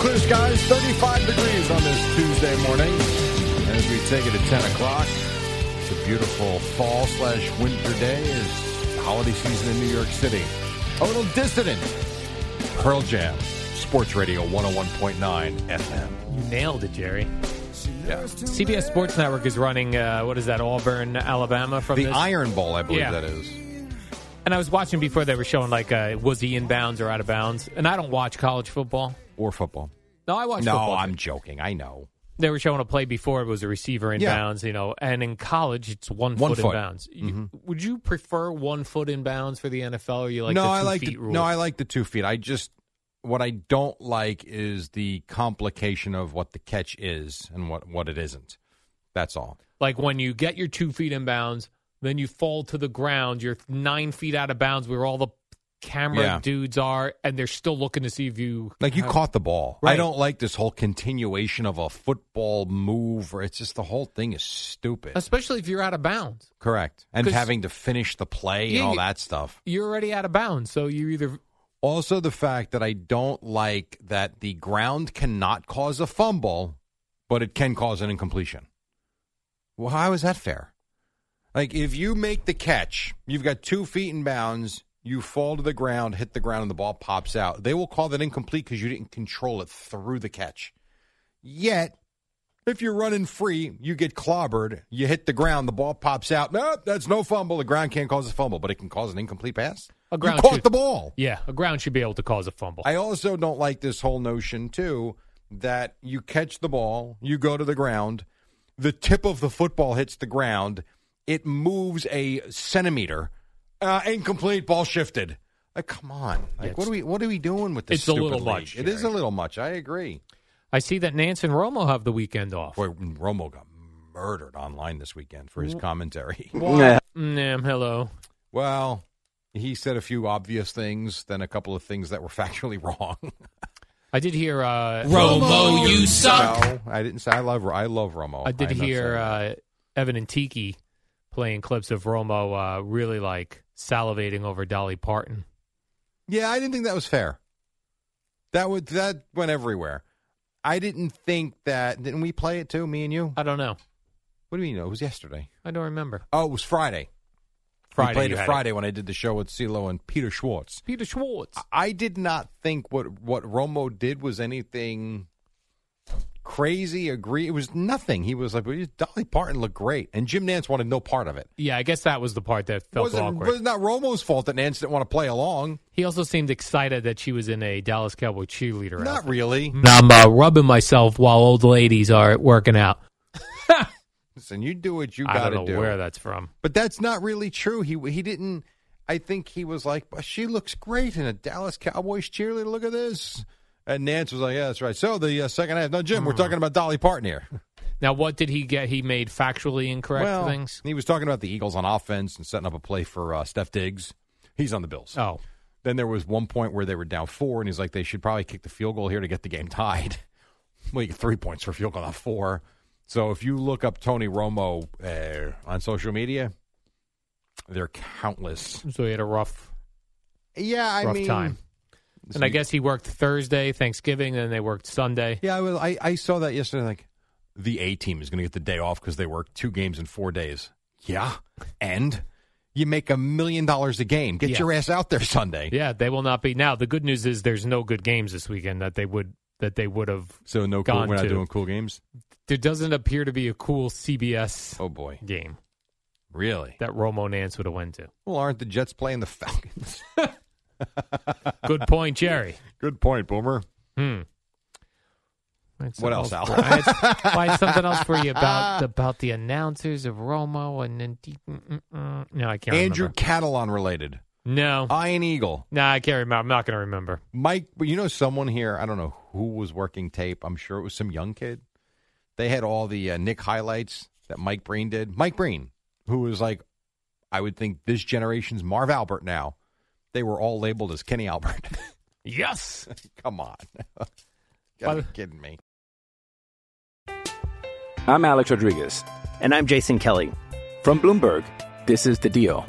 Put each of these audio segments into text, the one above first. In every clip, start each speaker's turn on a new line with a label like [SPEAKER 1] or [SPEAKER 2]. [SPEAKER 1] Clear skies, 35 degrees on this Tuesday morning as we take it at 10 o'clock. It's a beautiful fall slash winter day as the holiday season in New York City. A little dissonant. Pearl Jam, Sports Radio 101.9 FM.
[SPEAKER 2] You nailed it, Jerry.
[SPEAKER 1] Yeah.
[SPEAKER 2] CBS Sports Network is running, uh, what is that, Auburn, Alabama from
[SPEAKER 1] The
[SPEAKER 2] this?
[SPEAKER 1] Iron Bowl, I believe yeah. that is.
[SPEAKER 2] And I was watching before they were showing, like, uh, was he in bounds or out of bounds? And I don't watch college football.
[SPEAKER 1] Or football.
[SPEAKER 2] No, I watch
[SPEAKER 1] no,
[SPEAKER 2] football,
[SPEAKER 1] I'm joking. I know
[SPEAKER 2] they were showing a play before it was a receiver in
[SPEAKER 1] yeah.
[SPEAKER 2] bounds, you know, and in college it's one,
[SPEAKER 1] one
[SPEAKER 2] foot,
[SPEAKER 1] foot,
[SPEAKER 2] in bounds.
[SPEAKER 1] Mm-hmm.
[SPEAKER 2] You, would you prefer one foot in bounds for the NFL or you like
[SPEAKER 1] no,
[SPEAKER 2] the two
[SPEAKER 1] I like
[SPEAKER 2] feet
[SPEAKER 1] the,
[SPEAKER 2] rule?
[SPEAKER 1] No, I like the two feet. I just what I don't like is the complication of what the catch is and what, what it isn't. That's all.
[SPEAKER 2] Like when you get your two feet in bounds, then you fall to the ground, you're nine feet out of bounds where all the camera
[SPEAKER 1] Yeah.
[SPEAKER 2] dudes are and they're still looking to see if you
[SPEAKER 1] Like you
[SPEAKER 2] have-
[SPEAKER 1] caught the ball. I
[SPEAKER 2] Right.
[SPEAKER 1] don't like this whole continuation of a football move or it's just the whole thing is stupid.
[SPEAKER 2] especially if you're out of bounds.
[SPEAKER 1] Correct. And
[SPEAKER 2] 'Cause-
[SPEAKER 1] having to finish the play
[SPEAKER 2] Yeah,
[SPEAKER 1] and all
[SPEAKER 2] you-
[SPEAKER 1] that stuff.
[SPEAKER 2] You're already out of bounds, so you either
[SPEAKER 1] Also the fact that I don't like that the ground cannot cause a fumble, but it can cause an incompletion. Well, how is that fair? Like if you make the catch, you've got two feet in bounds, you fall to the ground, hit the ground, and the ball pops out. They will call that incomplete because you didn't control it through the catch. Yet, if you're running free, you get clobbered, you hit the ground, the ball pops out. Nope, that's no fumble. The ground can't cause a fumble, but it can cause an incomplete pass.
[SPEAKER 2] A ground
[SPEAKER 1] you caught
[SPEAKER 2] shoot.
[SPEAKER 1] the ball.
[SPEAKER 2] yeah, a ground should be able to cause a fumble.
[SPEAKER 1] I also don't like this whole notion too that you catch the ball, you go to the ground, the tip of the football hits the ground, it moves a centimeter, uh, incomplete, ball shifted. Like, come on! Like,
[SPEAKER 2] It's-
[SPEAKER 1] what are we what are we doing with this?
[SPEAKER 2] it's a
[SPEAKER 1] stupid
[SPEAKER 2] little
[SPEAKER 1] league?
[SPEAKER 2] much,
[SPEAKER 1] It is a
[SPEAKER 2] Jerry.
[SPEAKER 1] little much. I agree.
[SPEAKER 2] I see that Nance and Romo have the weekend off.
[SPEAKER 1] Boy, Romo got murdered online this weekend for his commentary.
[SPEAKER 2] Mm, hello.
[SPEAKER 1] well, he said a few obvious things, then a couple of things that were factually wrong.
[SPEAKER 2] I did hear uh,
[SPEAKER 1] Romo, you suck. No, I didn't say I love. I love Romo.
[SPEAKER 2] I did
[SPEAKER 1] am not
[SPEAKER 2] hear
[SPEAKER 1] saying that.
[SPEAKER 2] uh, Evan and Tiki playing clips of Romo uh, really like salivating over Dolly Parton.
[SPEAKER 1] yeah, I didn't think that was fair. That would that went everywhere. I didn't think that. Didn't we play it too? Me and you.
[SPEAKER 2] I don't know.
[SPEAKER 1] What do you mean? It was yesterday.
[SPEAKER 2] I don't remember.
[SPEAKER 1] Oh, it was Friday.
[SPEAKER 2] Friday.
[SPEAKER 1] we played
[SPEAKER 2] you
[SPEAKER 1] it
[SPEAKER 2] had
[SPEAKER 1] Friday when I did the show with CeeLo and Peter Schwartz.
[SPEAKER 2] Peter Schwartz.
[SPEAKER 1] I did not think what what Romo did was anything crazy. Agree, it was nothing. He was like, Dolly Parton looked great, and Jim Nance wanted no part of it.
[SPEAKER 2] Yeah, I guess that was the part that felt
[SPEAKER 1] wasn't,
[SPEAKER 2] awkward.
[SPEAKER 1] was not Romo's fault that Nance didn't want to play along.
[SPEAKER 2] He also seemed excited that she was in a Dallas Cowboy cheerleader.
[SPEAKER 1] Not
[SPEAKER 2] outfit.
[SPEAKER 1] really.
[SPEAKER 2] I'm uh, rubbing myself while old ladies are working out.
[SPEAKER 1] Listen, you do what you
[SPEAKER 2] I
[SPEAKER 1] got
[SPEAKER 2] don't
[SPEAKER 1] to
[SPEAKER 2] know
[SPEAKER 1] do.
[SPEAKER 2] where that's from.
[SPEAKER 1] But that's not really true. He he didn't. I think he was like, "But she looks great in a Dallas Cowboys cheerleader. Look at this. And Nance was like, yeah, that's right. So the uh, second half, no, Jim,
[SPEAKER 2] Hmm.
[SPEAKER 1] we're talking about Dolly Parton here.
[SPEAKER 2] Now, what did he get? He made factually incorrect
[SPEAKER 1] well,
[SPEAKER 2] things.
[SPEAKER 1] he was talking about the Eagles on offense and setting up a play for uh, Steph Diggs. He's on the Bills.
[SPEAKER 2] Oh,
[SPEAKER 1] Then there was one point where they were down four, and he's like, they should probably kick the field goal here to get the game tied. well, you get three points for a field goal, not four. So if you look up Tony Romo uh, on social media, there are countless.
[SPEAKER 2] so he had a rough,
[SPEAKER 1] Yeah, I
[SPEAKER 2] rough
[SPEAKER 1] mean,
[SPEAKER 2] time. And I guess he worked Thursday, Thanksgiving, and they worked Sunday.
[SPEAKER 1] Yeah, I was. I, I saw that yesterday. Like, the A team is going to get the day off because they work two games in four days. Yeah, and you make a million dollars a game. Get
[SPEAKER 2] Yeah.
[SPEAKER 1] your ass out there Sunday.
[SPEAKER 2] Yeah, they will not be. Now, the good news is there's no good games this weekend that they would that they would have.
[SPEAKER 1] So no, cool,
[SPEAKER 2] Gone
[SPEAKER 1] we're not
[SPEAKER 2] to.
[SPEAKER 1] doing cool games.
[SPEAKER 2] There doesn't appear to be a cool CBS
[SPEAKER 1] Oh boy,
[SPEAKER 2] game
[SPEAKER 1] really?
[SPEAKER 2] that Romo Nance would have went to.
[SPEAKER 1] Well, aren't the Jets playing the Falcons?
[SPEAKER 2] Good point, Jerry.
[SPEAKER 1] Good point, Boomer.
[SPEAKER 2] Hmm. I had
[SPEAKER 1] What
[SPEAKER 2] something
[SPEAKER 1] else, Al?
[SPEAKER 2] for- I had, I had something else for you about about the announcers of Romo and then de- mm, mm, mm. no, I can't.
[SPEAKER 1] Andrew
[SPEAKER 2] remember.
[SPEAKER 1] Catalan related.
[SPEAKER 2] no,
[SPEAKER 1] Ian Eagle.
[SPEAKER 2] no, I can't remember. I'm not going to remember.
[SPEAKER 1] Mike, but you know someone here, I don't know who was working tape. I'm sure it was some young kid. They had all the uh, Nick highlights that Mike Breen did. Mike Breen, who was like, I would think this generation's Marv Albert now. They were all labeled as Kenny Albert.
[SPEAKER 2] Yes,
[SPEAKER 1] Come on.
[SPEAKER 2] By
[SPEAKER 1] Gotta
[SPEAKER 2] the-
[SPEAKER 1] be kidding me.
[SPEAKER 3] I'm Alex Rodriguez.
[SPEAKER 4] And I'm Jason Kelly.
[SPEAKER 3] From Bloomberg, this is The Deal.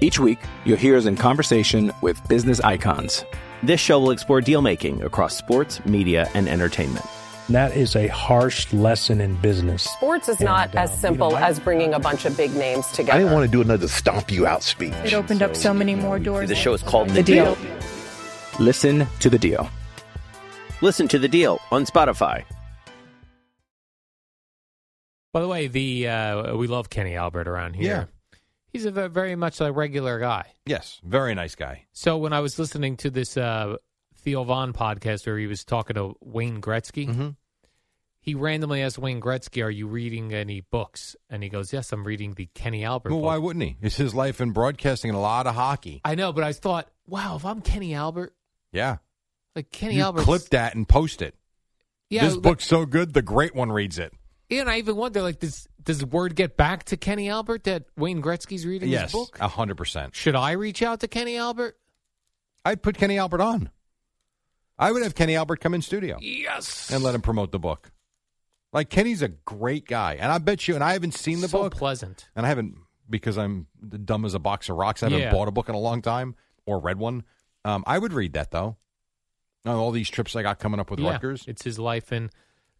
[SPEAKER 3] Each week, you'll hear us in conversation with business icons.
[SPEAKER 4] This show will explore deal making across sports, media, and entertainment.
[SPEAKER 5] And that is a harsh lesson in business.
[SPEAKER 6] Sports is not
[SPEAKER 5] And, uh,
[SPEAKER 6] as simple
[SPEAKER 5] you know, I-
[SPEAKER 6] as bringing a bunch of big names together.
[SPEAKER 7] I didn't want to do another stomp you out speech.
[SPEAKER 8] It opened up so many more doors.
[SPEAKER 9] The show is called The,
[SPEAKER 8] Deal.
[SPEAKER 3] Listen to The Deal.
[SPEAKER 4] Listen to the deal on Spotify.
[SPEAKER 2] By the way, the uh, we love Kenny Albert around here. He's a ve- very much a regular guy.
[SPEAKER 1] Yes, very nice guy.
[SPEAKER 2] So when I was listening to this uh, Theo Vaughn podcast where he was talking to Wayne Gretzky,
[SPEAKER 1] Mhm.
[SPEAKER 2] he randomly asked Wayne Gretzky, "Are you reading any books?" And he goes, "Yes, I'm reading the Kenny Albert."
[SPEAKER 1] Well,
[SPEAKER 2] book."
[SPEAKER 1] why wouldn't he? It's his life in broadcasting and a lot of hockey.
[SPEAKER 2] I know, but I thought, wow, if I'm Kenny Albert,
[SPEAKER 1] Yeah.
[SPEAKER 2] like Kenny
[SPEAKER 1] you
[SPEAKER 2] Albert,
[SPEAKER 1] clip that and post it.
[SPEAKER 2] Yeah,
[SPEAKER 1] this
[SPEAKER 2] like-
[SPEAKER 1] book's so good, the great one reads it.
[SPEAKER 2] Yeah, and I even wonder, like, does does word get back to Kenny Albert that Wayne Gretzky's reading
[SPEAKER 1] Yes,
[SPEAKER 2] his book?
[SPEAKER 1] 100%.
[SPEAKER 2] Should I reach out to Kenny Albert?
[SPEAKER 1] I'd put Kenny Albert on. I would have Kenny Albert come in studio
[SPEAKER 2] Yes,
[SPEAKER 1] and let him promote the book. Like Kenny's a great guy, and I bet you. And I haven't seen the
[SPEAKER 2] so
[SPEAKER 1] book,
[SPEAKER 2] pleasant.
[SPEAKER 1] and I haven't because I'm dumb as a box of rocks. I haven't
[SPEAKER 2] Yeah.
[SPEAKER 1] bought a book in a long time or read one. Um, I would read that though. On all these trips I got coming up with
[SPEAKER 2] Yeah,
[SPEAKER 1] Rutgers,
[SPEAKER 2] It's his life, and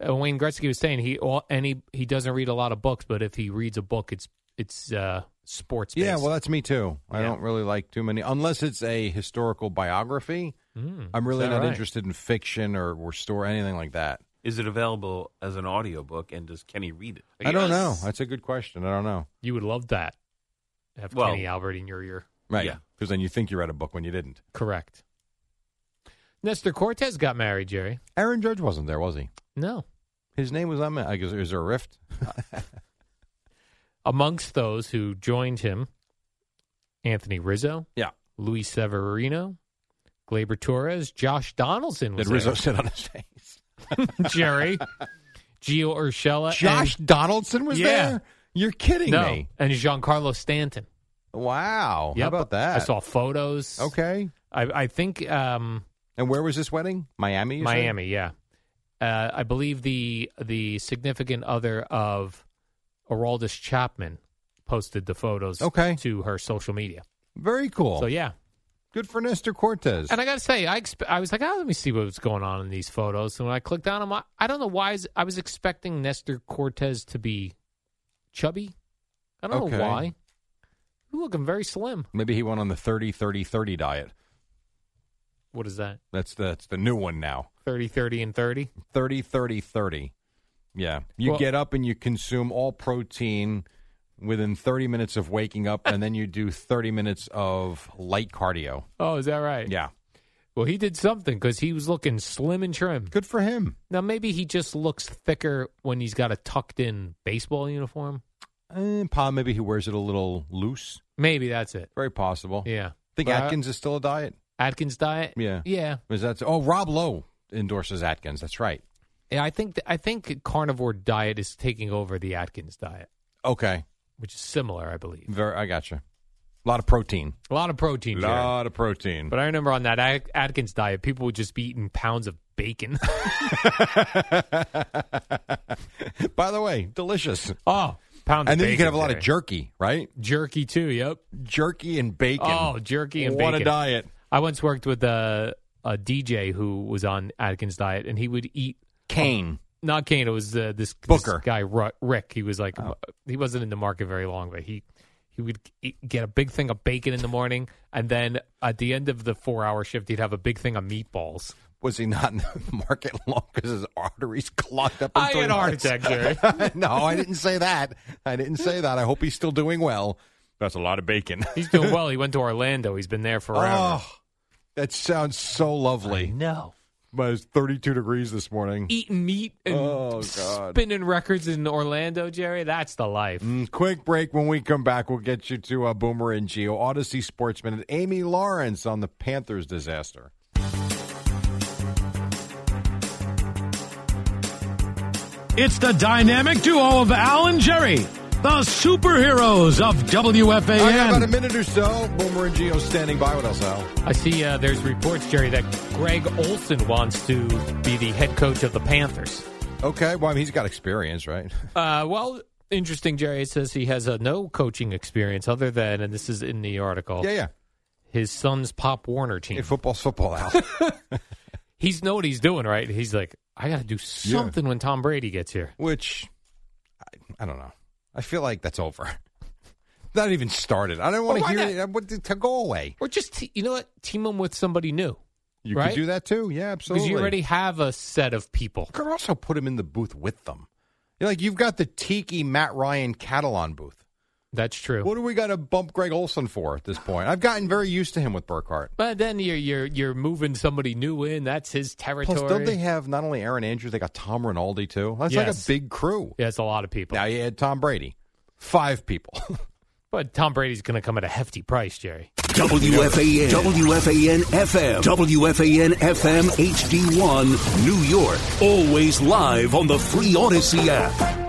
[SPEAKER 2] uh, Wayne Gretzky was saying he all, and he, he doesn't read a lot of books, but if he reads a book, it's it's uh, sports.
[SPEAKER 1] yeah. Well, that's me too. I
[SPEAKER 2] Yeah.
[SPEAKER 1] don't really like too many unless it's a historical biography.
[SPEAKER 2] Hmm.
[SPEAKER 1] I'm really not interested in fiction or, or store anything like that.
[SPEAKER 10] Is it available as an audiobook and does Kenny read it?
[SPEAKER 1] I don't know. That's a good question. I don't know.
[SPEAKER 2] You would love that. Have
[SPEAKER 10] Well-
[SPEAKER 2] Kenny Albert in your ear.
[SPEAKER 1] Right.
[SPEAKER 10] Yeah.
[SPEAKER 1] Because then you think you read a book when you didn't.
[SPEAKER 2] Correct. Nestor Cortez got married, Jerry.
[SPEAKER 1] Aaron Judge wasn't there, was he?
[SPEAKER 2] No.
[SPEAKER 1] His name was on. I guess is there a rift?
[SPEAKER 2] Amongst those who joined him, Anthony Rizzo,
[SPEAKER 1] Yeah.
[SPEAKER 2] Luis Severino, Glaber Torres, Josh Donaldson was
[SPEAKER 1] Did Rizzo
[SPEAKER 2] there.
[SPEAKER 1] sit on his face?
[SPEAKER 2] Jerry, Gio Urshela, and-
[SPEAKER 1] Josh Donaldson was
[SPEAKER 2] Yeah.
[SPEAKER 1] there. You're kidding
[SPEAKER 2] no,
[SPEAKER 1] me!
[SPEAKER 2] and Giancarlo Stanton.
[SPEAKER 1] Wow.
[SPEAKER 2] Yep.
[SPEAKER 1] How about that?
[SPEAKER 2] I saw photos.
[SPEAKER 1] Okay.
[SPEAKER 2] I, I think um,
[SPEAKER 1] And where was this wedding? Miami. you said?
[SPEAKER 2] Miami. Yeah, uh, I believe the the significant other of Araldus Chapman posted the photos.
[SPEAKER 1] Okay.
[SPEAKER 2] to her social media.
[SPEAKER 1] Very cool.
[SPEAKER 2] So yeah,
[SPEAKER 1] Good for Nestor Cortez.
[SPEAKER 2] and I gotta say, I expe- I was like, oh, let me see what was going on in these photos. And when I clicked on them, I, I don't know why is, I was expecting Nestor Cortez to be chubby. I don't
[SPEAKER 1] Okay.
[SPEAKER 2] know why. You're looking very slim.
[SPEAKER 1] Maybe he went on the 30 30 30 diet.
[SPEAKER 2] What is that?
[SPEAKER 1] That's that's the new one now.
[SPEAKER 2] 30, 30, and 30?
[SPEAKER 1] 30 30 30. Yeah. You
[SPEAKER 2] Well-
[SPEAKER 1] get up and you consume all protein within 30 minutes of waking up and then you do 30 minutes of light cardio.
[SPEAKER 2] Oh, is that right?
[SPEAKER 1] Yeah.
[SPEAKER 2] Well, he did something because he was looking slim and trim.
[SPEAKER 1] Good for him.
[SPEAKER 2] Now, maybe he just looks thicker when he's got a tucked in baseball uniform.
[SPEAKER 1] Eh, Pa, maybe he wears it a little loose.
[SPEAKER 2] Maybe that's it.
[SPEAKER 1] Very possible.
[SPEAKER 2] Yeah.
[SPEAKER 1] Think
[SPEAKER 2] But I-
[SPEAKER 1] Atkins is still a diet?
[SPEAKER 2] Atkins diet?
[SPEAKER 1] Yeah.
[SPEAKER 2] Yeah.
[SPEAKER 1] Is that Oh, Rob Lowe endorses Atkins. That's right.
[SPEAKER 2] Yeah, I think th- I think carnivore diet is taking over the Atkins diet,
[SPEAKER 1] Okay.
[SPEAKER 2] which is similar, I believe.
[SPEAKER 1] Very I gotcha. A lot of protein.
[SPEAKER 2] A lot of protein, Jerry.
[SPEAKER 1] lot of protein.
[SPEAKER 2] But I remember on that At- Atkins diet, people would just be eating pounds of bacon.
[SPEAKER 1] By the way, delicious.
[SPEAKER 2] oh, pound.
[SPEAKER 1] And
[SPEAKER 2] of
[SPEAKER 1] then you
[SPEAKER 2] bacon,
[SPEAKER 1] can have a lot of
[SPEAKER 2] Jerry.
[SPEAKER 1] jerky, right?
[SPEAKER 2] jerky too. Yep.
[SPEAKER 1] Jerky and bacon.
[SPEAKER 2] Oh, jerky and
[SPEAKER 1] what
[SPEAKER 2] bacon.
[SPEAKER 1] a diet.
[SPEAKER 2] I once worked with a, a DJ who was on Atkins diet, and he would eat
[SPEAKER 1] Cane.
[SPEAKER 2] not Kane. It was uh, this, this
[SPEAKER 1] Booker. Oh.
[SPEAKER 2] guy Ru- Rick. He was like he wasn't in the market very long, but he he would eat, get a big thing of bacon in the morning, and then at the end of the four hour shift, he'd have a big thing of meatballs.
[SPEAKER 1] Was he not in the market long because his arteries clogged up? in
[SPEAKER 2] I
[SPEAKER 1] three
[SPEAKER 2] had heart
[SPEAKER 1] months?
[SPEAKER 2] attack, Jerry.
[SPEAKER 1] no, I didn't say that. I didn't say that. I hope he's still doing well. That's a lot of bacon.
[SPEAKER 2] He's doing well. He went to Orlando. He's been there forever.
[SPEAKER 1] Oh, that sounds so lovely.
[SPEAKER 2] no,
[SPEAKER 1] But it's 32 degrees this morning.
[SPEAKER 2] eating meat and
[SPEAKER 1] Oh, God.
[SPEAKER 2] spinning records in Orlando, Jerry. That's the life.
[SPEAKER 1] Mm, Quick break. When we come back, we'll get you to uh, Boomer and Geo, Odyssey Sportsman, and Amy Lawrence on the Panthers disaster.
[SPEAKER 9] It's the dynamic duo of Al and Jerry, the superheroes of
[SPEAKER 1] I got about a
[SPEAKER 9] WFAN.
[SPEAKER 1] minute or so. Boomer and Geo standing by. What else, Al?
[SPEAKER 2] I see uh, there's reports, Jerry, that Greg Olson wants to be the head coach of the Panthers.
[SPEAKER 1] Okay. Well, I mean, he's got experience, right?
[SPEAKER 2] Uh, well, interesting, Jerry. It says he has uh, no coaching experience other than, and this is in the article,
[SPEAKER 1] yeah, yeah.
[SPEAKER 2] his son's Pop Warner team.
[SPEAKER 1] Hey, football's football, Al.
[SPEAKER 2] He's know what he's doing, right? He's like, I got to do something when Tom Brady gets here.
[SPEAKER 1] Which, I, I don't know. I feel like that's over. Not even started. I don't want
[SPEAKER 2] Well,
[SPEAKER 1] to
[SPEAKER 2] why
[SPEAKER 1] hear it. What, to go away.
[SPEAKER 2] Or just, te- you know what, team him with somebody new.
[SPEAKER 1] You
[SPEAKER 2] Right?
[SPEAKER 1] could do that too. Yeah,
[SPEAKER 2] Because
[SPEAKER 1] absolutely.
[SPEAKER 2] you already have a set of people.
[SPEAKER 1] You could also put him in the booth with them. You're like you've got the Tiki Matt Ryan Catalan booth.
[SPEAKER 2] That's true.
[SPEAKER 1] What do we got to bump Greg Olson for at this point? I've gotten very used to him with Burkhart.
[SPEAKER 2] But then you're you're you're moving somebody new in. That's his territory.
[SPEAKER 1] Plus, don't they have not only Aaron Andrews, they got Tom Rinaldi too. That's like a
[SPEAKER 2] Yes.
[SPEAKER 1] big crew.
[SPEAKER 2] yeah, it's a lot of people.
[SPEAKER 1] Now you had Tom Brady, five people.
[SPEAKER 2] But Tom Brady's going to come at a hefty price, Jerry.
[SPEAKER 11] WFAN, WFAN FM, WFAN FM HD1, New York. Always live on the free Odyssey app.